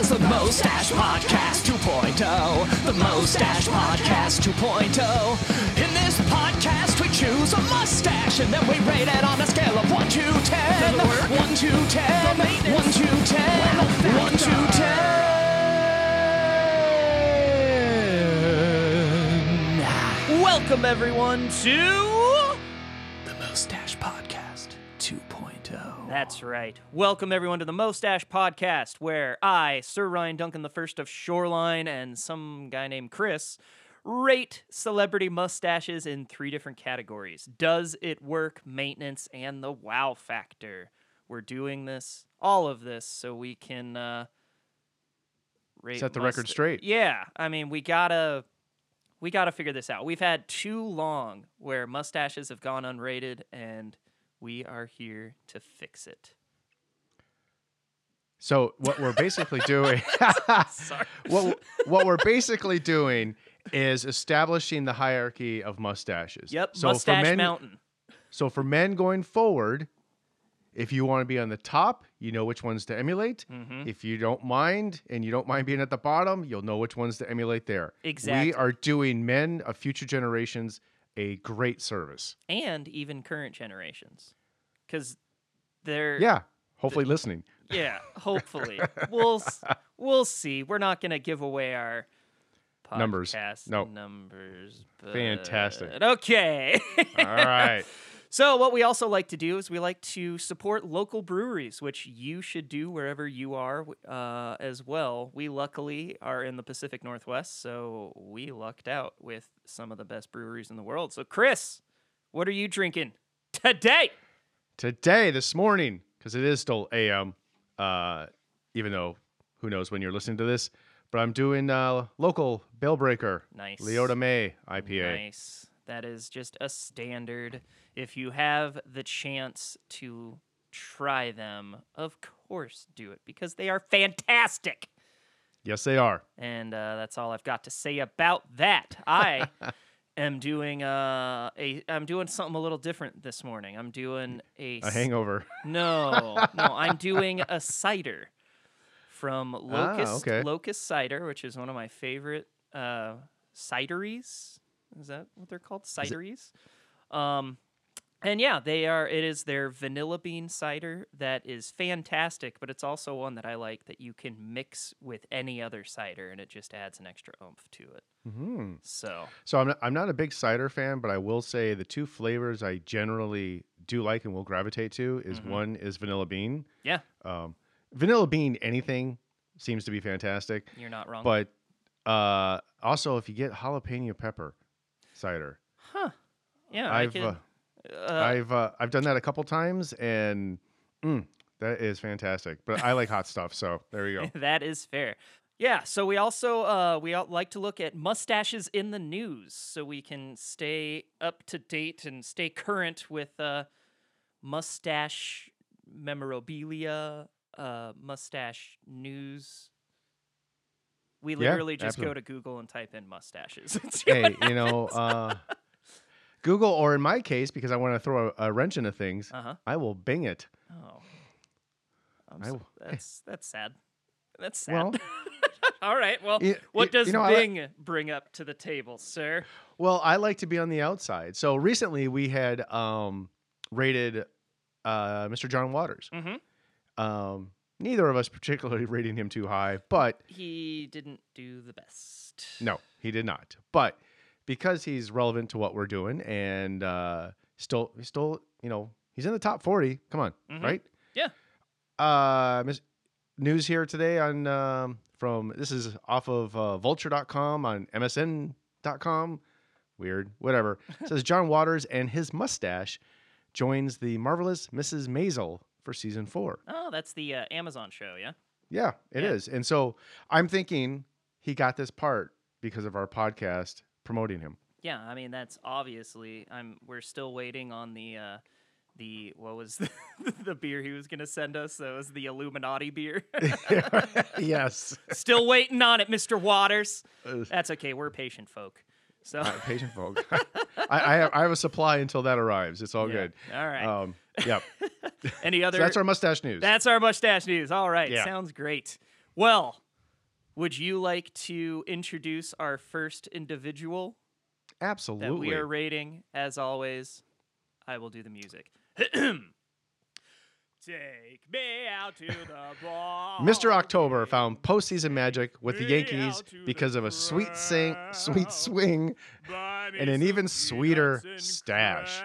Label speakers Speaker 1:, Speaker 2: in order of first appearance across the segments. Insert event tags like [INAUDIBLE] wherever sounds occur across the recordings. Speaker 1: Mustache Podcast 2.0. The Mustache Podcast 2.0. In this podcast, we choose a mustache and then we rate it on a scale of 1 to 10. 1 to 10. 1 to 10. 1 to 10.
Speaker 2: Welcome everyone to
Speaker 1: The Mustache Podcast oh. 2.0.
Speaker 2: That's right. Welcome everyone to the Mustache Podcast, where I, Sir Ryan Duncan the First of Shoreline, and some guy named Chris rate celebrity mustaches in three different categories. Does it work, maintenance, and the wow factor. We're doing this, all of this, so we can uh rate
Speaker 3: Set the record straight.
Speaker 2: Yeah. I mean we gotta we got to figure this out. We've had too long where mustaches have gone unrated, and we are here to fix it.
Speaker 3: So what
Speaker 2: [LAUGHS]
Speaker 3: we're basically doing, [LAUGHS] what what we're basically doing is establishing the hierarchy of mustaches.
Speaker 2: Yep,
Speaker 3: So
Speaker 2: mustache
Speaker 3: for men,
Speaker 2: mountain.
Speaker 3: So for men going forward, if you want to be on the top, you know which ones to emulate.
Speaker 2: Mm-hmm.
Speaker 3: If you don't mind and you don't mind being at the bottom, you'll know which ones to emulate there.
Speaker 2: Exactly.
Speaker 3: We are doing men of future generations a great service.
Speaker 2: and even current generations, because they're
Speaker 3: Yeah.
Speaker 2: [LAUGHS]
Speaker 3: Hopefully listening. [LAUGHS]
Speaker 2: yeah, Hopefully, we'll s- we'll see. We're not gonna give away our podcast
Speaker 3: Numbers. No.
Speaker 2: numbers.
Speaker 3: Fantastic.
Speaker 2: but Okay. [LAUGHS]
Speaker 3: All right.
Speaker 2: So, what we also like to do is we like to support local breweries, which you should do wherever you are uh, as well. We luckily are in the Pacific Northwest, so we lucked out with some of the best breweries in the world. So, Chris, what are you drinking today?
Speaker 3: today, this morning, because it is still AM, uh, even though who knows when you're listening to this, but I'm doing uh, local Bellbreaker.
Speaker 2: Nice.
Speaker 3: Leota May IPA.
Speaker 2: Nice. That is just a standard. If you have the chance to try them, of course do it because they are fantastic.
Speaker 3: Yes, they are.
Speaker 2: And uh, that's all I've got to say about that.
Speaker 3: [LAUGHS]
Speaker 2: I am doing uh, a I'm doing something a little different this morning. I'm doing a,
Speaker 3: A
Speaker 2: c-
Speaker 3: hangover. [LAUGHS]
Speaker 2: No, no, I'm doing a cider from Locust
Speaker 3: Ah, okay.
Speaker 2: Locust Cider, which is one of my favorite uh, cideries. Is that what they're called? Cideries. Um, and yeah, they are. It is their vanilla bean cider that is fantastic, but it's also one that I like that you can mix with any other cider, and it just adds an extra oomph to it.
Speaker 3: Mhm.
Speaker 2: So
Speaker 3: So I'm not, I'm not a big cider fan, but I will say the two flavors I generally do like and will gravitate to
Speaker 2: Mm-hmm.
Speaker 3: is one is vanilla bean.
Speaker 2: yeah,
Speaker 3: Um, vanilla bean anything seems to be fantastic,
Speaker 2: you're not wrong.
Speaker 3: but uh, also if you get jalapeno pepper cider,
Speaker 2: yeah, I
Speaker 3: I've
Speaker 2: can-
Speaker 3: uh,
Speaker 2: uh,
Speaker 3: I've uh, I've done that a couple times, and mm, that is fantastic. But I like hot stuff, so
Speaker 2: [LAUGHS]
Speaker 3: there you go.
Speaker 2: that is fair. Yeah, so we also uh, we all like to look at mustaches in the news, so we can stay up to date and stay current with uh, mustache memorabilia, uh, mustache news. We
Speaker 3: Yeah,
Speaker 2: literally just go
Speaker 3: absolutely.
Speaker 2: to Google and type in mustaches. [LAUGHS] It's-
Speaker 3: hey, you know, uh, Google, or in my case, because I want to throw a, a wrench into things,
Speaker 2: Uh-huh.
Speaker 3: I will Bing it.
Speaker 2: oh, I'm
Speaker 3: I
Speaker 2: so-
Speaker 3: w- [LAUGHS]
Speaker 2: that's that's sad. That's sad. [LAUGHS]
Speaker 3: Well-
Speaker 2: all right. Well,
Speaker 3: Y-
Speaker 2: what
Speaker 3: y-
Speaker 2: does
Speaker 3: you know, I li-
Speaker 2: Bing bring up to the table, sir?
Speaker 3: Well, I like to be on the outside. So recently, we had um, rated uh, Mr. John Waters.
Speaker 2: Mhm.
Speaker 3: Um, neither of us particularly [LAUGHS] rating him too high, but
Speaker 2: he didn't do the best.
Speaker 3: No, he did not. But because he's relevant to what we're doing and uh, still, he's still, you know, he's in the top 40. Come on,
Speaker 2: Mhm.
Speaker 3: right?
Speaker 2: Yeah.
Speaker 3: Uh, mis- news here today on um, from this is off of uh, vulture.com on MSN.com. Weird, whatever. It says John Waters and his mustache joins the marvelous Mrs. Maisel for season four.
Speaker 2: Oh, that's the uh, Amazon show, yeah.
Speaker 3: Yeah, it is,
Speaker 2: Yeah.
Speaker 3: And so I'm thinking he got this part because of our podcast
Speaker 2: [LAUGHS]
Speaker 3: promoting him.
Speaker 2: Yeah, I mean that's obviously. I'm. We're still waiting on the, uh, the what was [LAUGHS] the, the beer he was gonna send us? That was the Illuminati
Speaker 3: [LAUGHS]
Speaker 2: beer. [LAUGHS]
Speaker 3: yes.
Speaker 2: still waiting on it, Mister Waters. That's okay. We're patient folk. So
Speaker 3: Uh, patient folk. [LAUGHS] I, I, have, I have a supply until that arrives. It's all
Speaker 2: Yeah.
Speaker 3: good.
Speaker 2: All right.
Speaker 3: Um,
Speaker 2: [LAUGHS]
Speaker 3: yeah.
Speaker 2: any other?
Speaker 3: So that's our mustache news.
Speaker 2: That's our mustache news. All right.
Speaker 3: Yeah.
Speaker 2: Sounds great. Well, Would you like to introduce our first individual that
Speaker 3: Absolutely.
Speaker 2: we are rating? As always, I will do the music. [CLEARS THROAT] Take me out to
Speaker 3: [LAUGHS]
Speaker 2: the bar.
Speaker 3: Mr. October found postseason magic with the Yankees because of a sweet sing, sweet swing and an even sweeter stash.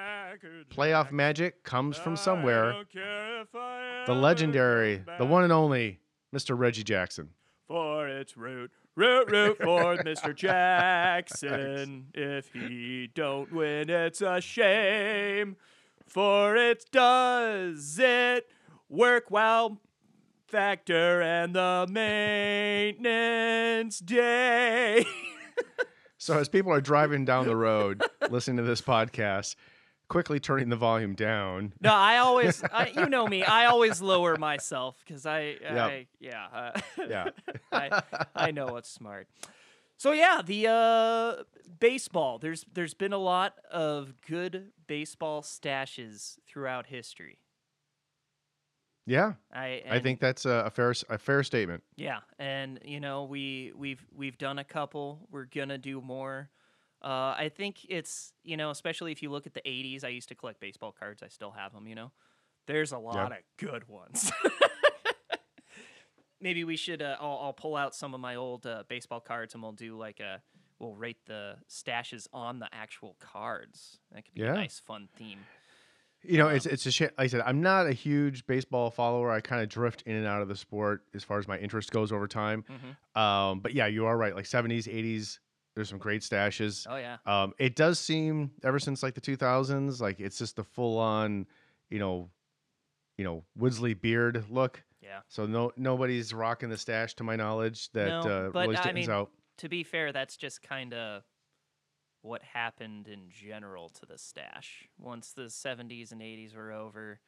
Speaker 3: Playoff magic comes from somewhere. The legendary, the one and only Mr. Reggie Jackson.
Speaker 2: for its root. Root, root for
Speaker 3: [LAUGHS]
Speaker 2: Mr. Jackson. If he don't win, it's a shame. For it does it work well factor and the maintenance day. [LAUGHS]
Speaker 3: So as people are driving down the road listening to this podcast, quickly turning the volume down.
Speaker 2: no, I always, I, you know me, I always lower myself because I, I, yeah, uh,
Speaker 3: Yeah.
Speaker 2: [LAUGHS] I, I know what's smart. So yeah, the uh, baseball. There's there's been a lot of good baseball stashes throughout history.
Speaker 3: Yeah.
Speaker 2: I
Speaker 3: I
Speaker 2: and-
Speaker 3: think that's a, a fair s- a fair statement.
Speaker 2: yeah, and you know we we've we've done a couple. We're gonna do more. Uh, I think it's you know especially if you look at the '80s. I used to collect baseball cards. I still have them. You know, there's a lot of good ones. [LAUGHS] Maybe we should. Uh, I'll, I'll pull out some of my old uh, baseball cards and we'll do like a we'll rate the stashes on the actual cards. That could be
Speaker 3: Yeah.
Speaker 2: a nice fun theme.
Speaker 3: You know, it's it's a shame. Like I said, I'm not a huge baseball follower. I kind of drift in and out of the sport as far as my interest goes over time. Um, but yeah, you are right. Like 70s, 80s, there's some great stashes.
Speaker 2: Oh yeah,
Speaker 3: Um, it does seem ever since like the 2000s, like it's just the full on, you know, you know Woodsley beard look.
Speaker 2: yeah.
Speaker 3: So no nobody's rocking the stash to my knowledge that
Speaker 2: No,
Speaker 3: uh,
Speaker 2: but
Speaker 3: really
Speaker 2: I
Speaker 3: stands
Speaker 2: mean-
Speaker 3: out.
Speaker 2: to be fair, that's just kind of what happened in general to the stash. Once the 70s and 80s were over,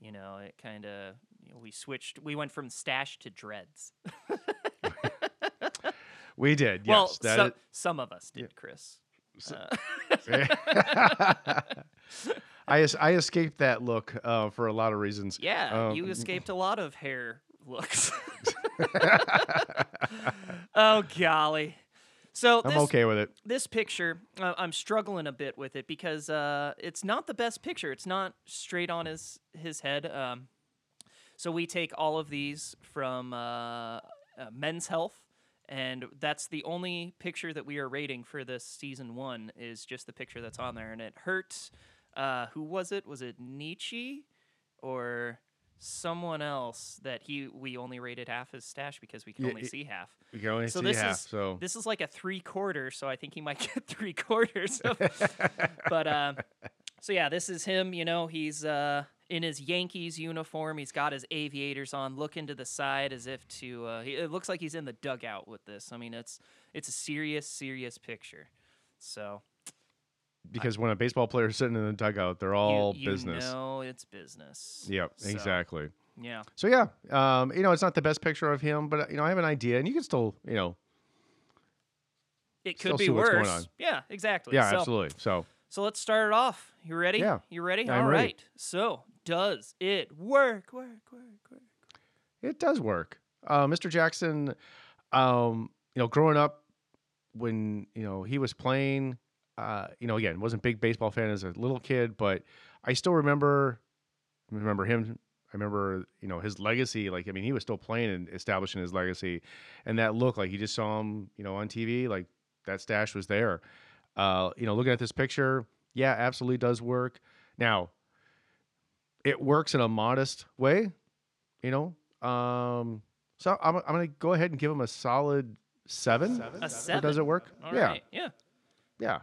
Speaker 2: you know, it kind of you know, we switched. We went from stash to dreads.
Speaker 3: We did.
Speaker 2: well,
Speaker 3: yes, that
Speaker 2: some,
Speaker 3: is-
Speaker 2: some of us did, Chris.
Speaker 3: I es- I escaped that look uh, for a lot of reasons.
Speaker 2: Yeah,
Speaker 3: Um,
Speaker 2: you escaped a lot of hair
Speaker 3: [LAUGHS]
Speaker 2: looks. [LAUGHS] oh golly. So
Speaker 3: I'm
Speaker 2: this,
Speaker 3: okay with it.
Speaker 2: this picture, uh, I'm struggling a bit with it because uh, it's not the best picture. It's not straight on his his head. Um, so we take all of these from uh, uh, Men's Health, and that's the only picture that we are rating for this season one is just the picture that's on there, and it hurts. Uh, who was it? Was it Nietzsche or someone else that he we only rated half his stash because we can
Speaker 3: Yeah,
Speaker 2: only
Speaker 3: it-
Speaker 2: see half
Speaker 3: You can only
Speaker 2: so
Speaker 3: see
Speaker 2: this
Speaker 3: half.
Speaker 2: is
Speaker 3: so
Speaker 2: this is like a three quarter, so I think he might [LAUGHS] get three
Speaker 3: [LAUGHS]
Speaker 2: quarters. Of, but uh, so yeah, this is him. You know, he's uh, in his Yankees uniform. He's got his aviators on, looking to the side as if to. Uh, he, it looks like he's in the dugout with this. I mean, it's it's a serious, serious picture. So
Speaker 3: because when a baseball player is sitting in the dugout, they're
Speaker 2: you-
Speaker 3: all
Speaker 2: you
Speaker 3: business.
Speaker 2: know it's business.
Speaker 3: Yep,
Speaker 2: So,
Speaker 3: exactly.
Speaker 2: Yeah.
Speaker 3: So yeah, um, you know, it's not the best picture of him, but you know, I have an idea, and you can still, you know,
Speaker 2: It could
Speaker 3: Still
Speaker 2: be
Speaker 3: see what's
Speaker 2: worse.
Speaker 3: going on.
Speaker 2: Yeah, exactly.
Speaker 3: yeah,
Speaker 2: so,
Speaker 3: absolutely. So
Speaker 2: So let's start it off. You ready?
Speaker 3: Yeah,
Speaker 2: You ready?
Speaker 3: I'm
Speaker 2: All
Speaker 3: ready.
Speaker 2: right. So does it work? Work, work, work.
Speaker 3: it does work. Uh, Mr. Jackson, um, you know, growing up when you know he was playing, uh, you know, again, wasn't a big baseball fan as a little kid, but I still remember remember him. I remember, you know, his legacy. Like, I mean, he was still playing and establishing his legacy, and that look, like, you just saw him, you know, on TV. Like, that stash was there. Uh, you know, looking at this picture, yeah, absolutely does work. Now, it works in a modest way, you know. Um, so I'm, I'm gonna go ahead and give him a solid seven.
Speaker 2: A
Speaker 3: Or
Speaker 2: seven.
Speaker 3: does it work?
Speaker 2: All
Speaker 3: yeah,
Speaker 2: right, Yeah.
Speaker 3: yeah,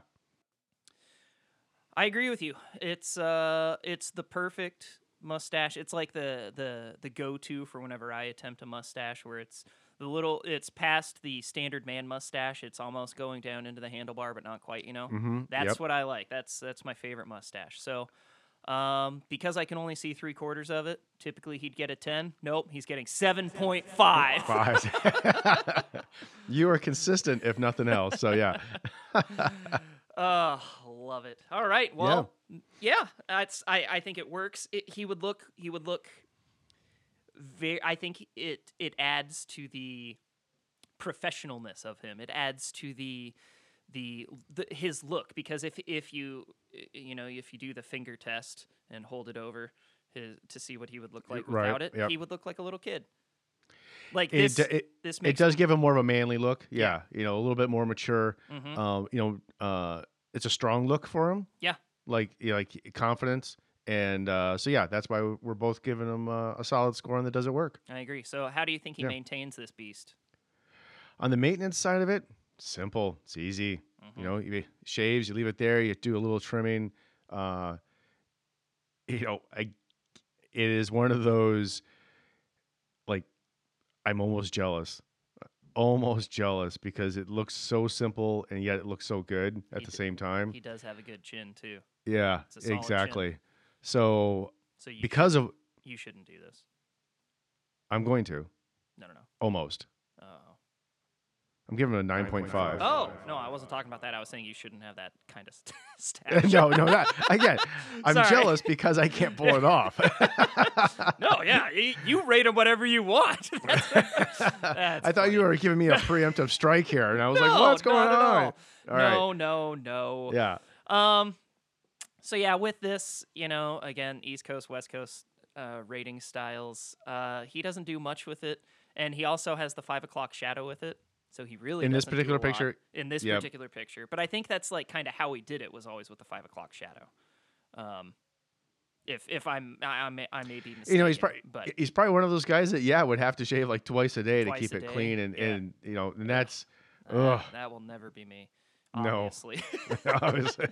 Speaker 2: I agree with you. It's uh, it's the perfect mustache. It's like the the the go to for whenever I attempt a mustache, where it's the little. It's past the standard man mustache. It's almost going down into the handlebar, but not quite. You know.
Speaker 3: Mhm,
Speaker 2: That's
Speaker 3: yep.
Speaker 2: what I like. That's that's my favorite mustache. So. Um, because I can only see three quarters of it, typically he'd get a ten. Nope, he's getting seven point five.
Speaker 3: five. [LAUGHS] you are consistent, if nothing else. So yeah,
Speaker 2: Oh, love it. All right. Well, yeah, that's I, I think it works. It, he would look he would look very I think it it adds to the professionalness of him. It adds to the the, the his look because if if you you know if you do the finger test and hold it over his to see what he would look like
Speaker 3: right,
Speaker 2: without it,
Speaker 3: yep.
Speaker 2: he would look like a little kid. Like
Speaker 3: It
Speaker 2: this,
Speaker 3: do- it-
Speaker 2: this
Speaker 3: it
Speaker 2: makes
Speaker 3: does give him more of a manly look. Yeah, you know, a little bit more mature.
Speaker 2: Mhm.
Speaker 3: Um, you know, uh, it's a strong look for him.
Speaker 2: Yeah.
Speaker 3: like you know, like confidence, and uh, so yeah, that's why we're both giving him uh, a solid score on the does it work.
Speaker 2: I agree. So how do you think he
Speaker 3: Yeah.
Speaker 2: maintains this beast?
Speaker 3: On the maintenance side of it, simple, it's easy.
Speaker 2: Mm-hmm.
Speaker 3: You know, you shaves, you leave it there, you do a little trimming. Uh, you know, I, it is one of those like I'm almost jealous. Almost jealous because it looks so simple and yet it looks so good at
Speaker 2: He
Speaker 3: the
Speaker 2: d-
Speaker 3: same time.
Speaker 2: He does have a good chin too.
Speaker 3: yeah,
Speaker 2: it's a solid chin.
Speaker 3: exactly. So
Speaker 2: So you
Speaker 3: because of
Speaker 2: you shouldn't do this.
Speaker 3: I'm going to
Speaker 2: No, no, no.
Speaker 3: almost.
Speaker 2: Oh.
Speaker 3: I'm giving it a 9.5.
Speaker 2: Oh, no, I wasn't talking about that. I was saying you shouldn't have that kind of st- [LAUGHS] stash.
Speaker 3: [LAUGHS] [LAUGHS] no, no, not again. I'm
Speaker 2: Sorry.
Speaker 3: jealous because I can't pull
Speaker 2: [LAUGHS]
Speaker 3: it off.
Speaker 2: No, yeah, you, you rate him whatever you want. [LAUGHS] That's, that's
Speaker 3: [LAUGHS] I thought you
Speaker 2: funny.
Speaker 3: were giving me a preemptive strike here, and I was like,
Speaker 2: No,
Speaker 3: "What's going
Speaker 2: not at
Speaker 3: on?"
Speaker 2: all.
Speaker 3: All right.
Speaker 2: No, no, no.
Speaker 3: Yeah,
Speaker 2: Um, so yeah, with this, you know, again, East Coast, West Coast uh, rating styles. Uh, he doesn't do much with it, and he also has the five o'clock shadow with it. So he really
Speaker 3: In this
Speaker 2: doesn't do
Speaker 3: particular
Speaker 2: a lot
Speaker 3: picture,
Speaker 2: In this
Speaker 3: yeah.
Speaker 2: particular picture, but I think that's like kind of how he did it was always with the five o'clock shadow. Um, if if I'm I, I, may, I may be mistaken,
Speaker 3: you know, he's probably
Speaker 2: but
Speaker 3: he's probably one of those guys that yeah would have to shave like twice a day
Speaker 2: Twice
Speaker 3: to keep
Speaker 2: a
Speaker 3: it
Speaker 2: day,
Speaker 3: clean, and
Speaker 2: yeah.
Speaker 3: and you know, and that's
Speaker 2: uh,
Speaker 3: ugh.
Speaker 2: that will never be me.
Speaker 3: No.
Speaker 2: Obviously. [LAUGHS]
Speaker 3: [LAUGHS] obviously.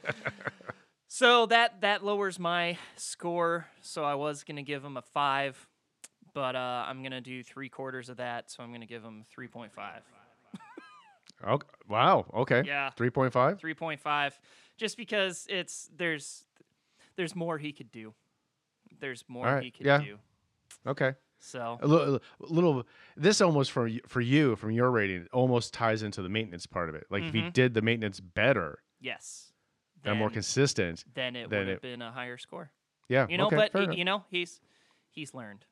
Speaker 2: So that that lowers my score. So I was gonna give him a five, but uh, I'm gonna do three quarters of that. So I'm gonna give him three point five.
Speaker 3: Okay. Wow. Okay.
Speaker 2: Yeah.
Speaker 3: Three point five.
Speaker 2: Three point five, just because it's there's there's more he could do. There's more
Speaker 3: Alright,
Speaker 2: he could
Speaker 3: yeah.
Speaker 2: do.
Speaker 3: Okay.
Speaker 2: So
Speaker 3: A little, a little. This almost for y- for you from your rating it almost ties into the maintenance part of it. Like if he
Speaker 2: Mhm.
Speaker 3: did the maintenance better
Speaker 2: yes,
Speaker 3: and more
Speaker 2: then-
Speaker 3: consistent,
Speaker 2: then it
Speaker 3: then
Speaker 2: would have
Speaker 3: it-
Speaker 2: been a higher score.
Speaker 3: yeah.
Speaker 2: You know,
Speaker 3: okay,
Speaker 2: but
Speaker 3: fair
Speaker 2: he-
Speaker 3: enough.
Speaker 2: you know he's he's learned.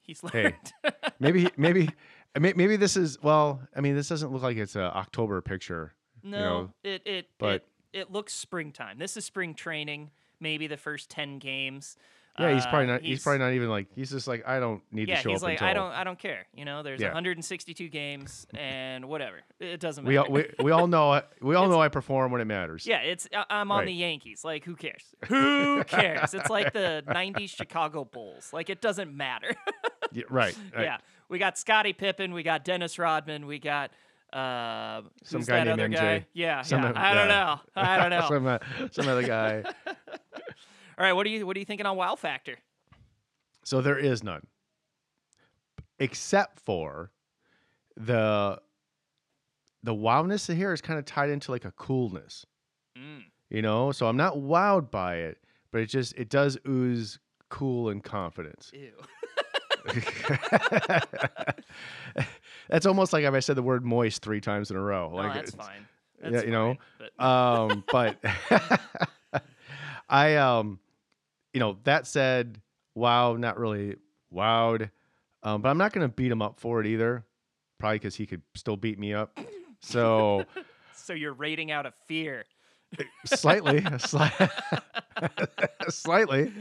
Speaker 2: He's
Speaker 3: Hey.
Speaker 2: learned. [LAUGHS]
Speaker 3: maybe he- maybe I may- maybe this is well i mean this doesn't look like it's a october picture
Speaker 2: No,
Speaker 3: know,
Speaker 2: it it
Speaker 3: but-
Speaker 2: it it looks springtime. This is spring training. Maybe the first ten games.
Speaker 3: yeah he's
Speaker 2: Uh,
Speaker 3: probably not he's, probably not even like he's just like i don't need
Speaker 2: Yeah,
Speaker 3: to show
Speaker 2: he's
Speaker 3: up
Speaker 2: like,
Speaker 3: until
Speaker 2: I don't, I don't care. You know, there's
Speaker 3: Yeah.
Speaker 2: 162 games and whatever. It doesn't matter.
Speaker 3: [LAUGHS] we all we, we all know I- we all know i perform when it matters
Speaker 2: yeah, it's I- I'm on
Speaker 3: Right.
Speaker 2: the Yankees. Like, who cares?
Speaker 3: [LAUGHS]
Speaker 2: Who cares? it's like the '90s Chicago Bulls. Like, it doesn't matter. [LAUGHS]
Speaker 3: Yeah, right, right.
Speaker 2: yeah, we got Scottie Pippen. We got Dennis Rodman. We got. Uh,
Speaker 3: Some
Speaker 2: who's
Speaker 3: guy
Speaker 2: that
Speaker 3: named
Speaker 2: other
Speaker 3: MJ.
Speaker 2: guy? Yeah,
Speaker 3: Some
Speaker 2: yeah.
Speaker 3: of-
Speaker 2: I don't
Speaker 3: yeah.
Speaker 2: know. I
Speaker 3: [LAUGHS]
Speaker 2: don't know.
Speaker 3: some, uh, some
Speaker 2: [LAUGHS]
Speaker 3: other guy
Speaker 2: All right, what are you what are you thinking on Wow Factor?
Speaker 3: so there is none except for the the wowness here is kind of tied into like a coolness
Speaker 2: Mm.
Speaker 3: you know so i'm not wowed by it but it just it does ooze cool and confidence
Speaker 2: [LAUGHS] Ew.
Speaker 3: [LAUGHS] that's almost like if I said the word moist three times in a row. Like,
Speaker 2: no, Oh, that's
Speaker 3: it's-
Speaker 2: fine.
Speaker 3: yeah,
Speaker 2: That's
Speaker 3: you know,
Speaker 2: fine, but-
Speaker 3: Um, but [LAUGHS] I, um, you know, that said, wow, not really wowed. Um, but I'm not going to beat him up for it either, probably because he could still beat me up. So
Speaker 2: so you're rating out of fear.
Speaker 3: slightly, [LAUGHS] sli- [LAUGHS] slightly.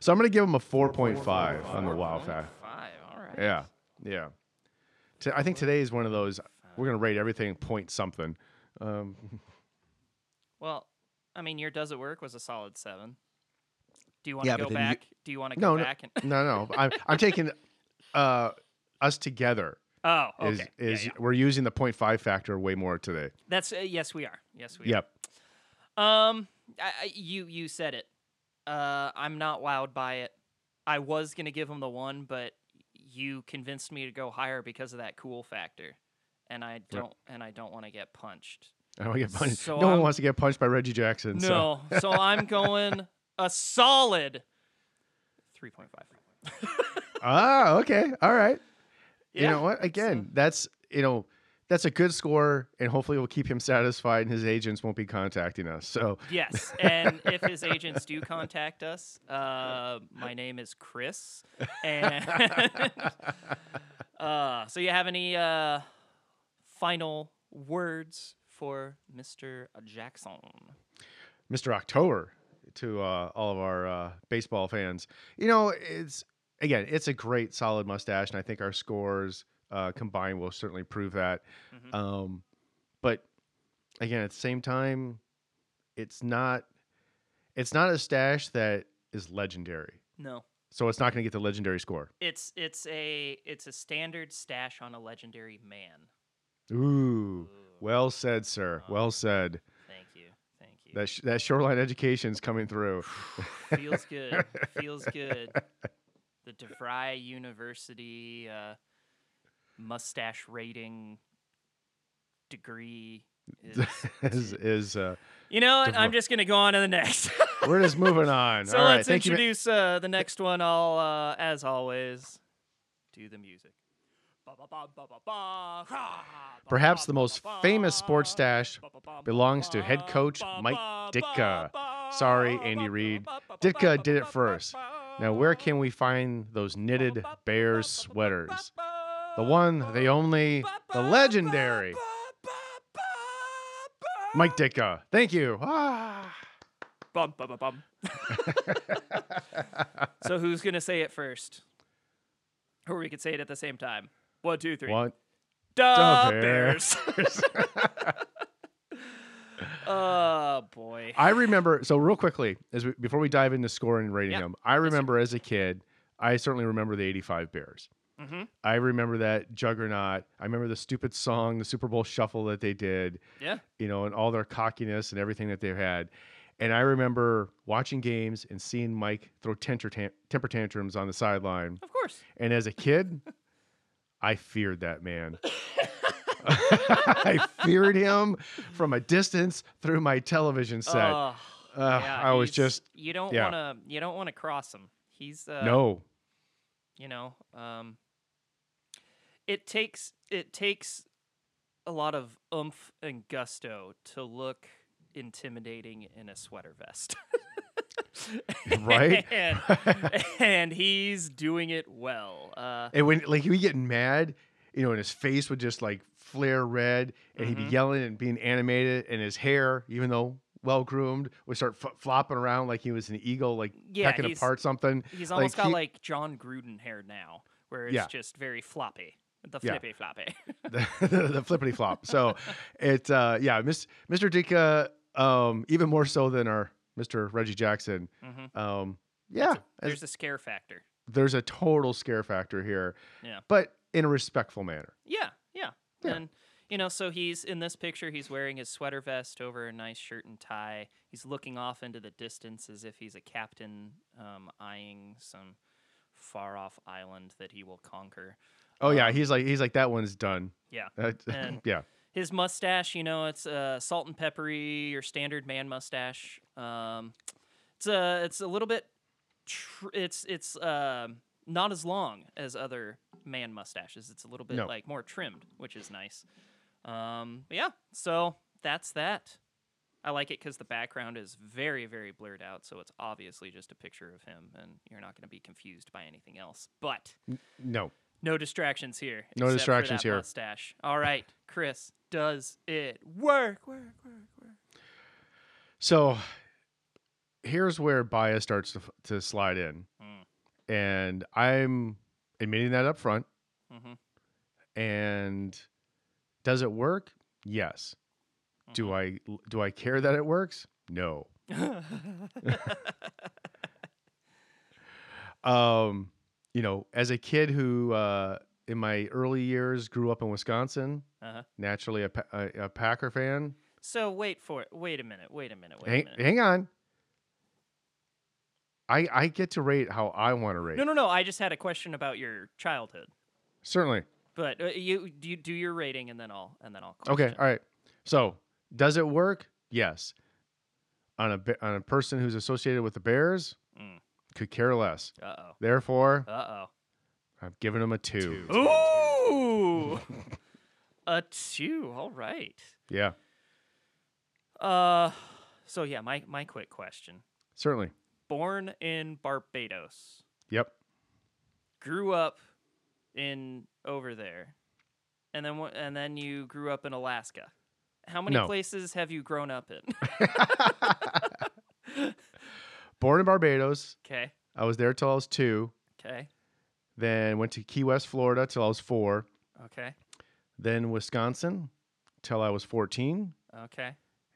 Speaker 3: So I'm going to give him a 4.5 on the wow factor.
Speaker 2: Five. All right.
Speaker 3: Yeah, yeah. T- I think today is one of those. We're gonna rate everything point something. Um,
Speaker 2: Well, I mean, your does it work was a solid seven. Do you want to
Speaker 3: Yeah, but
Speaker 2: go
Speaker 3: then you-
Speaker 2: back? Do you want to
Speaker 3: No,
Speaker 2: go
Speaker 3: no.
Speaker 2: back? And... [LAUGHS]
Speaker 3: no, no, I'm, I'm taking uh, us together.
Speaker 2: Oh, okay.
Speaker 3: Is
Speaker 2: Yeah,
Speaker 3: is
Speaker 2: yeah.
Speaker 3: we're using the point five factor way more today?
Speaker 2: That's uh, yes, we are. Yes, we
Speaker 3: Yep.
Speaker 2: are. Um, I, I, you you said it. Uh, I'm not wowed by it. I was gonna give him the one, but you convinced me to go higher because of that cool factor, and I don't and I don't want to get punched.
Speaker 3: I don't wanna get punched.
Speaker 2: So
Speaker 3: no one
Speaker 2: I'm-
Speaker 3: wants to get punched by Reggie Jackson. So.
Speaker 2: No. So I'm going a solid 3.5.
Speaker 3: Ah, okay, all right. You
Speaker 2: Yeah,
Speaker 3: know what? Again, that's you know that's a good score, and hopefully we'll keep him satisfied, and his agents won't be contacting us. So
Speaker 2: Yes. And if his agents do contact us, uh, my name is Chris. [LAUGHS] And uh, so you have any uh, final words for Mr. Jackson.
Speaker 3: Mr. October to uh, all of our uh, baseball fans. You know, it's again, it's a great solid mustache, and I think our scores uh, combined will certainly prove that.
Speaker 2: Mhm.
Speaker 3: Um, but again, at the same time, it's not it's not a stash that is legendary,
Speaker 2: No,
Speaker 3: so it's not going to get the legendary score.
Speaker 2: it's it's a it's a standard stash on a legendary man.
Speaker 3: Ooh,
Speaker 2: Ooh,
Speaker 3: well said, sir. Well said.
Speaker 2: thank you, thank you.
Speaker 3: That sh- that shoreline education's coming
Speaker 2: [SIGHS]
Speaker 3: through.
Speaker 2: Feels good. Feels
Speaker 3: [LAUGHS]
Speaker 2: good. The DeVry University uh, mustache rating degree is.
Speaker 3: [LAUGHS] is is uh,
Speaker 2: you know what? I'm
Speaker 3: DeVry.
Speaker 2: just going to go on to the next. [LAUGHS]
Speaker 3: we're just moving on.
Speaker 2: so
Speaker 3: all right,
Speaker 2: let's
Speaker 3: thank you. ma-
Speaker 2: introduce uh, the next one. I'll, uh, as always, do the music.
Speaker 3: Perhaps the most famous sports stash belongs to head coach Mike Ditka. Sorry, Andy Reid. Ditka did it first. Now, where can we find those knitted Bears sweaters? The one, the only, the legendary Mike Ditka. Thank you. Ah.
Speaker 2: Bum, bum, bum,
Speaker 3: [LAUGHS]
Speaker 2: bum. so who's gonna say it first? Or we could say it at the same time. One, two, three.
Speaker 3: What?
Speaker 2: Da
Speaker 3: Da [LAUGHS]
Speaker 2: Bears. [LAUGHS] oh boy.
Speaker 3: I remember. So real quickly, as we, before we dive into scoring and rating
Speaker 2: Yeah.
Speaker 3: them, I remember as a kid. I certainly remember the '85 Bears.
Speaker 2: Mhm.
Speaker 3: I remember that juggernaut. I remember the stupid song, the Super Bowl shuffle that they did.
Speaker 2: Yeah.
Speaker 3: you know, and all their cockiness and everything that they've had. And I remember watching games and seeing Mike throw temper, tan- temper tantrums on the sideline.
Speaker 2: Of course.
Speaker 3: And as a kid, I feared that man. [LAUGHS] I feared him from a distance through my television set.
Speaker 2: Ugh,
Speaker 3: Ugh,
Speaker 2: Oh, yeah,
Speaker 3: I was
Speaker 2: he's-
Speaker 3: just,
Speaker 2: you don't
Speaker 3: yeah.
Speaker 2: wanna you don't wanna cross him. He's uh
Speaker 3: no.
Speaker 2: you know um it takes it takes a lot of oomph and gusto to look intimidating in a sweater vest [LAUGHS]
Speaker 3: Right? [LAUGHS]
Speaker 2: and, and he's doing it well uh
Speaker 3: And when like he would get mad, you know, and his face would just like flare red, and he'd
Speaker 2: Mhm.
Speaker 3: be yelling and being animated, and his hair, even though well groomed, would start f- flopping around like he was an eagle, like
Speaker 2: Yeah,
Speaker 3: pecking
Speaker 2: he's-
Speaker 3: apart something. [LAUGHS]
Speaker 2: he's almost got
Speaker 3: he-
Speaker 2: like john gruden hair now where it's
Speaker 3: Yeah.
Speaker 2: just very floppy the
Speaker 3: Yeah.
Speaker 2: flippy floppy [LAUGHS]
Speaker 3: the, the, flippity flop. So it, uh, yeah, Miss, Mr. Dika, um, even more so than our Mr. Reggie Jackson.
Speaker 2: Mhm.
Speaker 3: Um, yeah, as-
Speaker 2: there's a scare factor
Speaker 3: there's a total scare factor here.
Speaker 2: Yeah.
Speaker 3: but in a respectful manner.
Speaker 2: Yeah, yeah.
Speaker 3: Yeah.
Speaker 2: And you know, so he's in this picture, he's wearing his sweater vest over a nice shirt and tie. He's looking off into the distance as if he's a captain um, eyeing some far off island that he will conquer.
Speaker 3: Oh yeah,
Speaker 2: Um,
Speaker 3: he's like he's like that one's done.
Speaker 2: Yeah.
Speaker 3: Uh,
Speaker 2: And-
Speaker 3: [LAUGHS] yeah,
Speaker 2: His mustache, you know, it's uh, salt and peppery, your standard man mustache. Um, it's a, it's a little bit, tr- it's it's um not as long as other man mustaches. It's a little bit
Speaker 3: No.
Speaker 2: like more trimmed, which is nice. Um, but yeah, so that's that. I like it because the background is very very blurred out, so it's obviously just a picture of him, and you're not going to be confused by anything else. But
Speaker 3: no.
Speaker 2: no distractions here.
Speaker 3: No
Speaker 2: except for
Speaker 3: distractions
Speaker 2: that
Speaker 3: here.
Speaker 2: Mustache. All right, Chris. Does it work? Work, work, work.
Speaker 3: So here's where bias starts to, f- to slide in.
Speaker 2: Mm.
Speaker 3: And I'm admitting that up front.
Speaker 2: Mm-hmm.
Speaker 3: And does it work? Yes. Do I do I care that it works? No. Um, you know, as a kid who uh, in my early years grew up in Wisconsin,
Speaker 2: Uh-huh.
Speaker 3: naturally a, pa- a, a Packer fan.
Speaker 2: so wait for it. Wait a minute. Wait a minute. Wait
Speaker 3: Hang,
Speaker 2: a minute.
Speaker 3: hang on. I I get to rate how I want to rate.
Speaker 2: No, no, no. I just had a question about your childhood.
Speaker 3: Certainly.
Speaker 2: But uh, you do you do your rating and then I'll and then I'll.
Speaker 3: Okay,
Speaker 2: question.
Speaker 3: all right. So, does it work? Yes. On a Ba- on a person who's associated with the Bears,
Speaker 2: Mm.
Speaker 3: could care less.
Speaker 2: Uh
Speaker 3: Therefore,
Speaker 2: oh. Uh
Speaker 3: I'm giving him a two.
Speaker 2: oh. Ooh. a two. All right.
Speaker 3: Yeah,
Speaker 2: Uh. So yeah, my my quick question.
Speaker 3: certainly.
Speaker 2: Born in Barbados.
Speaker 3: Yep.
Speaker 2: grew up in over there and then wha- and then you grew up in Alaska. How many
Speaker 3: No.
Speaker 2: places have you grown up in? [LAUGHS]
Speaker 3: Born in Barbados.
Speaker 2: okay,
Speaker 3: I was there till I was two.
Speaker 2: okay,
Speaker 3: Then went to Key West, Florida till I was four.
Speaker 2: okay,
Speaker 3: Then Wisconsin till I was 14.
Speaker 2: okay.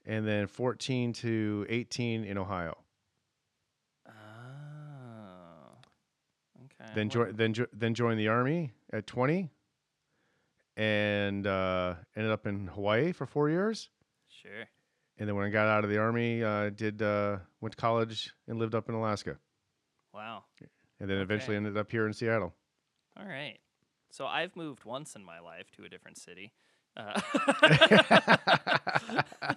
Speaker 3: And then 14 to 18 in Ohio.
Speaker 2: Oh, okay.
Speaker 3: then
Speaker 2: well,
Speaker 3: join then jo- then joined the army at 20 and uh, ended up in Hawaii for 4 years
Speaker 2: Sure.
Speaker 3: and then when I got out of the army uh, did uh, went to college and lived up in Alaska
Speaker 2: Wow.
Speaker 3: and then eventually ended up here in Seattle. [LAUGHS]
Speaker 2: All right. So I've moved once in my life to a different city.
Speaker 3: [LAUGHS]
Speaker 2: Uh,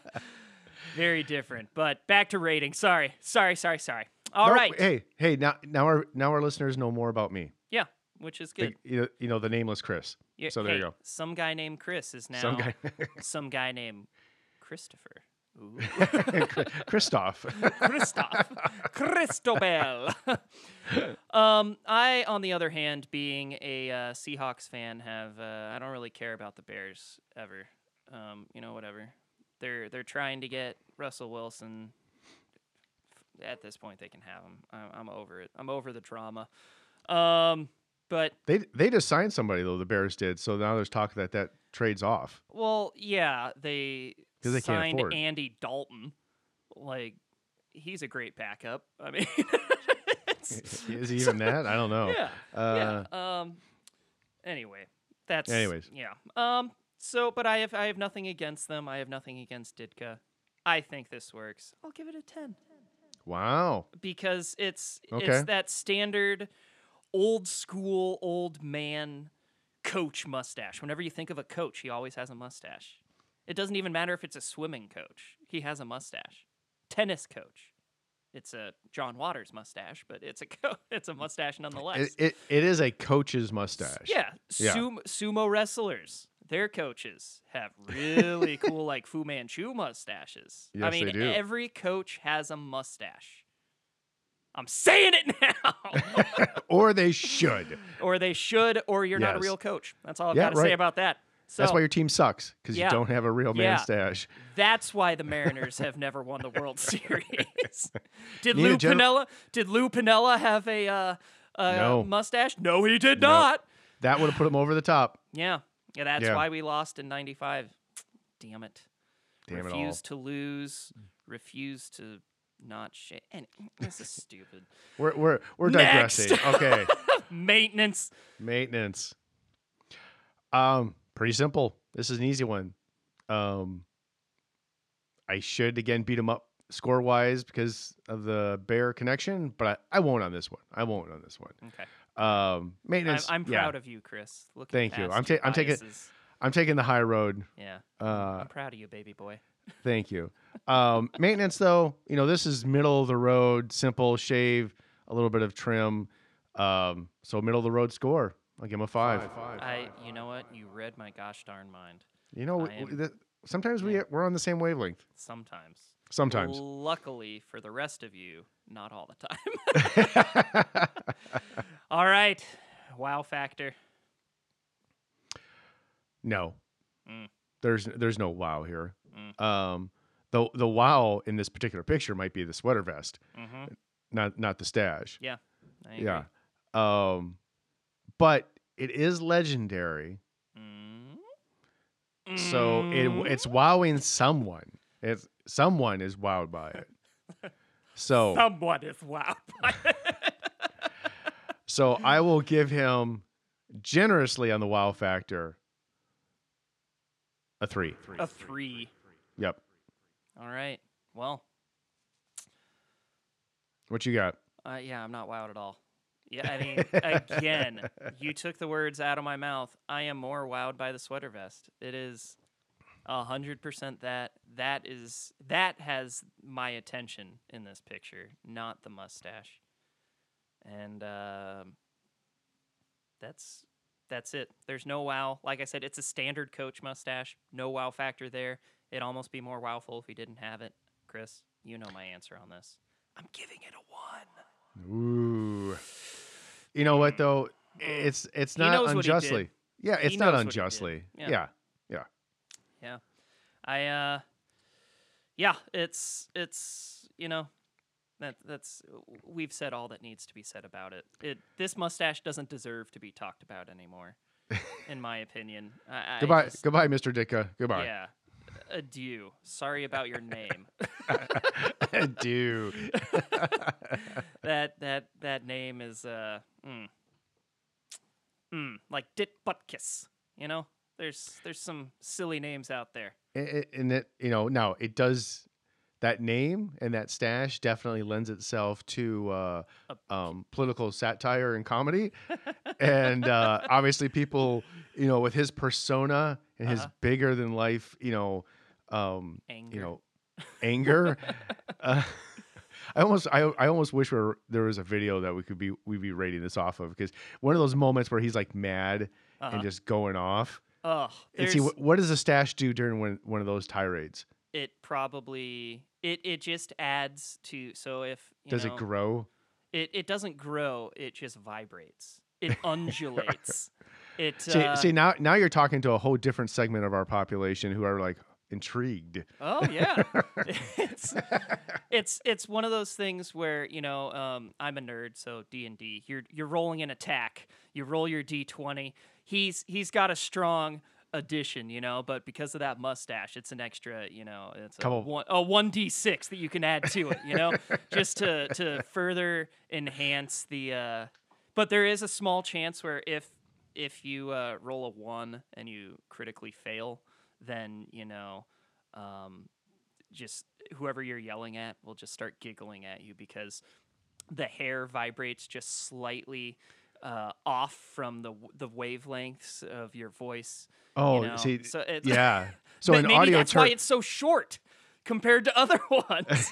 Speaker 2: [LAUGHS] very different. But back to rating. Sorry. Sorry, sorry, sorry. [LAUGHS] All
Speaker 3: Nope, eh.
Speaker 2: right.
Speaker 3: Hey, hey, now now our now our listeners know more about me.
Speaker 2: Yeah, which is
Speaker 3: The-
Speaker 2: good.
Speaker 3: you, know, you know the nameless Chris.
Speaker 2: Yeah,
Speaker 3: so there you
Speaker 2: hey,
Speaker 3: go.
Speaker 2: Some guy named Chris is now
Speaker 3: Some
Speaker 2: [LAUGHS]
Speaker 3: guy [LAUGHS]
Speaker 2: some guy named Christopher. Ooh.
Speaker 3: Christoph. [LAUGHS]
Speaker 2: Christoph. Christobel. um, I, on the other hand, being a uh, Seahawks fan, have uh, I don't really care about the Bears ever. Um, you know, whatever. They're they're trying to get Russell Wilson. At this point, they can have him. I'm, I'm over it. I'm over the drama. Um, but
Speaker 3: they they just signed somebody though the Bears did. So now there's talk that that trades off.
Speaker 2: Well, yeah, they
Speaker 3: 'Cause they can't
Speaker 2: signed
Speaker 3: afford.
Speaker 2: Andy Dalton. Like, he's a great backup. I mean, [LAUGHS] it's- [LAUGHS]
Speaker 3: Is it even that? I don't know.
Speaker 2: yeah,
Speaker 3: Uh,
Speaker 2: yeah. Um. Anyway, that's
Speaker 3: Anyways.
Speaker 2: Yeah. Um. So, but I have I have nothing against them. I have nothing against Ditka. I think this works. I'll give it a ten
Speaker 3: Wow.
Speaker 2: because it's
Speaker 3: Okay.
Speaker 2: it's that standard old school old man coach mustache. Whenever you think of a coach, he always has a mustache. It doesn't even matter if it's a swimming coach. He has a mustache. Tennis coach. It's a John Waters mustache, but it's a [LAUGHS] co- it's a mustache nonetheless.
Speaker 3: Mm. It, it, it is a coach's mustache.
Speaker 2: Yeah,
Speaker 3: Yeah.
Speaker 2: Sum- sumo wrestlers, their coaches have
Speaker 3: [LAUGHS]
Speaker 2: really cool like Fu Manchu mustaches. I
Speaker 3: Yes, they
Speaker 2: mean,
Speaker 3: do.
Speaker 2: every coach has a mustache. I'm saying it [LAUGHS] now.
Speaker 3: Or
Speaker 2: [LAUGHS]
Speaker 3: they should.
Speaker 2: or they should, or you're not a
Speaker 3: Yes.
Speaker 2: real coach. That's all I've
Speaker 3: Yeah,
Speaker 2: got to say
Speaker 3: right.
Speaker 2: about that. So
Speaker 3: That's why your team sucks because
Speaker 2: Yeah.
Speaker 3: you don't have a real
Speaker 2: Yeah.
Speaker 3: man stash.
Speaker 2: that's why the Mariners have never won the
Speaker 3: [LAUGHS]
Speaker 2: World Series. did
Speaker 3: Need a
Speaker 2: Lou
Speaker 3: gen-
Speaker 2: Pinella? Did Lou Pinella have a, uh, a
Speaker 3: No.
Speaker 2: mustache? No, he did
Speaker 3: No.
Speaker 2: not.
Speaker 3: That would have put them over the top.
Speaker 2: Yeah. Yeah, that's
Speaker 3: Yeah.
Speaker 2: why we lost in 95. Damn it.
Speaker 3: Damn it all. Mm.
Speaker 2: refuse to lose, refuse to not shit. And [LAUGHS] this is stupid.
Speaker 3: We're we're we're digressing.
Speaker 2: Next. [LAUGHS]
Speaker 3: okay.
Speaker 2: Maintenance.
Speaker 3: Maintenance. Um, pretty simple. This is an easy one. Um, I should again beat him up score wise because of the bear connection, but I, I won't on this one. I won't on this one.
Speaker 2: Okay.
Speaker 3: Um,
Speaker 2: I'm,
Speaker 3: maintenance.
Speaker 2: I'm
Speaker 3: yeah.
Speaker 2: proud of you, Chris. Looking
Speaker 3: Thank you.
Speaker 2: past
Speaker 3: I'm
Speaker 2: your
Speaker 3: ta- I'm taking-
Speaker 2: biases.
Speaker 3: I'm taking the high road.
Speaker 2: Yeah.
Speaker 3: Uh,
Speaker 2: I'm proud of you, baby boy.
Speaker 3: Thank you. Um, maintenance, though, you know, this is middle of the road, simple shave, a little bit of trim. Um, so middle of the road score. I'll give him a five.
Speaker 2: I, you know what? You read my gosh darn mind.
Speaker 3: You know,
Speaker 2: I
Speaker 3: we-
Speaker 2: am-
Speaker 3: we- that- sometimes we we're on the same wavelength.
Speaker 2: Sometimes.
Speaker 3: Sometimes.
Speaker 2: Luckily for the rest of you, not all the time. [LAUGHS] Oh. all right. Wow factor.
Speaker 3: [LAUGHS] No,
Speaker 2: Mm.
Speaker 3: there's there's no wow here.
Speaker 2: Mm.
Speaker 3: Um, the the wow in this particular picture might be the sweater vest,
Speaker 2: Mm-hmm.
Speaker 3: not not the stash.
Speaker 2: Yeah. I agree.
Speaker 3: Yeah. Um, but it is legendary.
Speaker 2: Mm.
Speaker 3: So it
Speaker 2: Mm.
Speaker 3: it's wowing someone. It's someone is wowed by
Speaker 2: [LAUGHS]
Speaker 3: it. So
Speaker 2: Someone is wow. [LAUGHS]
Speaker 3: so I will give him generously on the wow factor a three.
Speaker 2: a three.
Speaker 3: Yep.
Speaker 2: All right. Well,
Speaker 3: What you got?
Speaker 2: uh, yeah, I'm not wowed at all. Yeah, I mean, again, you took the words out of my mouth. I am more wowed by the sweater vest. It is a hundred percent that that is that has my attention in this picture, not the mustache. And um that's that's it. There's no wow. Like I said, it's a standard coach mustache. No wow factor there. It'd almost be more wowful if he didn't have it. Chris, you know my answer on this. I'm giving it a one.
Speaker 3: Ooh. You know what though? It's it's
Speaker 2: He
Speaker 3: not
Speaker 2: knows what he did.
Speaker 3: unjustly. Yeah,
Speaker 2: He
Speaker 3: it's not
Speaker 2: knows what he did.
Speaker 3: unjustly.
Speaker 2: Yeah.
Speaker 3: yeah.
Speaker 2: Yeah. I uh yeah, it's it's you know that that's we've said all that needs to be said about it. It this mustache doesn't deserve to be talked about
Speaker 3: [LAUGHS]
Speaker 2: anymore in my opinion. I, I
Speaker 3: Goodbye,
Speaker 2: just-
Speaker 3: goodbye, Mr. Dicka. Goodbye.
Speaker 2: Yeah. Adieu. Sorry about your
Speaker 3: [LAUGHS]
Speaker 2: name.
Speaker 3: Dude.
Speaker 2: that that that name is uh mm, mm, like Dit Butkus, you know? There's there's some silly names out there.
Speaker 3: And- and- and it you know now it does that name and that stash definitely lends itself to uh, um, political satire
Speaker 2: [LAUGHS]
Speaker 3: and comedy and uh, obviously people you know with his persona and his
Speaker 2: Uh-huh.
Speaker 3: bigger than life you know um,
Speaker 2: Anger.
Speaker 3: you know
Speaker 2: [LAUGHS]
Speaker 3: anger uh, [LAUGHS] I almost, I, I almost wish we were, there was a video that we could be, we'd be rating this off of because one of those moments where he's like mad
Speaker 2: Uh-huh.
Speaker 3: and just going off.
Speaker 2: oh,
Speaker 3: And
Speaker 2: there's
Speaker 3: see, what, what does a stash do during one, one of those tirades?
Speaker 2: it probably it it just adds to so if you
Speaker 3: Does
Speaker 2: know,
Speaker 3: it grow?
Speaker 2: it, it doesn't grow it just vibrates
Speaker 3: [LAUGHS]
Speaker 2: it undulates it
Speaker 3: See,
Speaker 2: uh,
Speaker 3: see, now now you're talking to a whole different segment of our population who are like intrigued.
Speaker 2: oh yeah it's it's it's one of those things where you know um, I'm a nerd so D&D you're you're rolling an attack you roll your d20 he's he's got a strong addition you know but because of that mustache it's an extra you know it's a,
Speaker 3: Couple-
Speaker 2: one, a 1d6 that you can add to it you know just to to further enhance the uh but there is a small chance where if if you uh, roll a 1 and you critically fail then you know um just whoever you're yelling at will just start giggling at you because the hair vibrates just slightly uh, off from the w- the wavelengths of your voice. you
Speaker 3: Oh,
Speaker 2: know?
Speaker 3: see,
Speaker 2: so it's, [LAUGHS]
Speaker 3: [LAUGHS] yeah. So
Speaker 2: May-
Speaker 3: in
Speaker 2: maybe
Speaker 3: audio
Speaker 2: that's why
Speaker 3: terms,
Speaker 2: it's so short compared to other [LAUGHS] ones.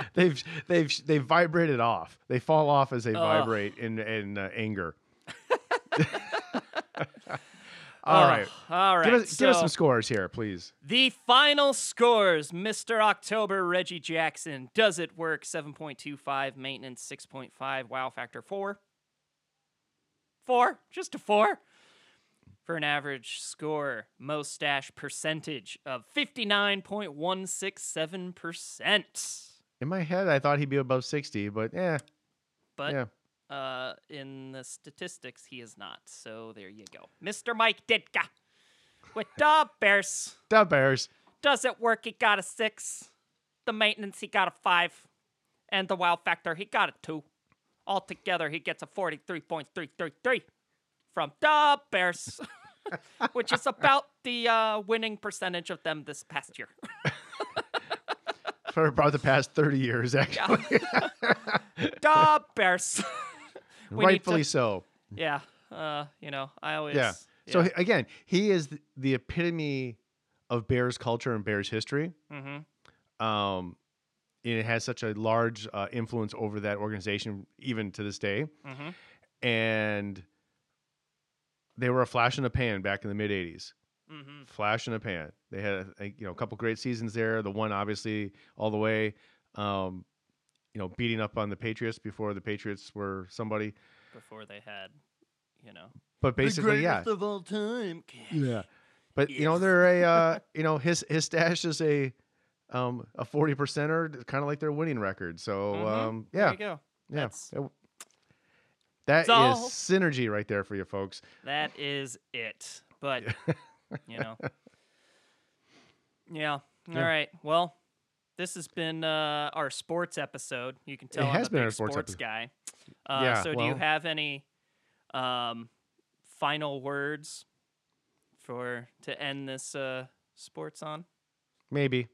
Speaker 3: [LAUGHS] they've they've they vibrated off. They fall off as they
Speaker 2: Ugh.
Speaker 3: vibrate in in uh, anger. [LAUGHS] [LAUGHS] All right,
Speaker 2: Oh, all right.
Speaker 3: give us give us
Speaker 2: so-
Speaker 3: some scores here, please.
Speaker 2: The final scores Mr. October, Reggie Jackson. Does it work? 7.25. Maintenance 6.5. Wow factor 4. 4. Just a 4. For an average score, mustache percentage of 59.167%.
Speaker 3: In my head, I thought he'd be above sixty, but yeah,
Speaker 2: But
Speaker 3: yeah.
Speaker 2: uh, in the statistics, he is not. So there you go. Mr. Mike Ditka with the Bears.
Speaker 3: The Bears.
Speaker 2: doesn't work, he got a six. The maintenance, he got a five. And the wow factor, he got a two. Altogether, he gets a 43.333 from the Bears, [LAUGHS] which is about the uh, winning percentage of them this past year. [LAUGHS]
Speaker 3: For about the past thirty [LAUGHS] years, actually,
Speaker 2: the Bears. [LAUGHS] We need to-
Speaker 3: rightfully so.
Speaker 2: Yeah. Uh, you know, I always.
Speaker 3: Yeah. So he- again, he is th- the epitome of Bears culture and Bears history.
Speaker 2: Mhm.
Speaker 3: Um, and it has such a large uh, influence over that organization even to this day.
Speaker 2: Mhm.
Speaker 3: And they were a flash in the pan back in the mid '80s.
Speaker 2: Mhm.
Speaker 3: Flash in the pan. They had a, you know a couple great seasons there. The one obviously all the way. Um, you know, beating up on the Patriots before the Patriots were somebody.
Speaker 2: Before they had, you know.
Speaker 3: But basically, yeah,
Speaker 2: of all time.
Speaker 3: yeah. [LAUGHS] But you know,
Speaker 2: Yes.
Speaker 3: they're a uh, you know, his his stash is a um a forty percenter, kind of like their winning record. So
Speaker 2: Mhm.
Speaker 3: um
Speaker 2: There
Speaker 3: yeah,
Speaker 2: you go.
Speaker 3: yeah.
Speaker 2: That's-
Speaker 3: It- That is
Speaker 2: all.
Speaker 3: synergy right there for you folks.
Speaker 2: That is it. But
Speaker 3: [LAUGHS]
Speaker 2: you know. Yeah. All right.
Speaker 3: Yeah.
Speaker 2: Well, this has been uh, our sports episode. You can tell I'm
Speaker 3: has
Speaker 2: a
Speaker 3: been
Speaker 2: big
Speaker 3: our sports episode.
Speaker 2: guy. Uh,
Speaker 3: Yeah,
Speaker 2: so do you
Speaker 3: well-
Speaker 2: have any um, final words for to end this uh, sports on?
Speaker 3: Maybe.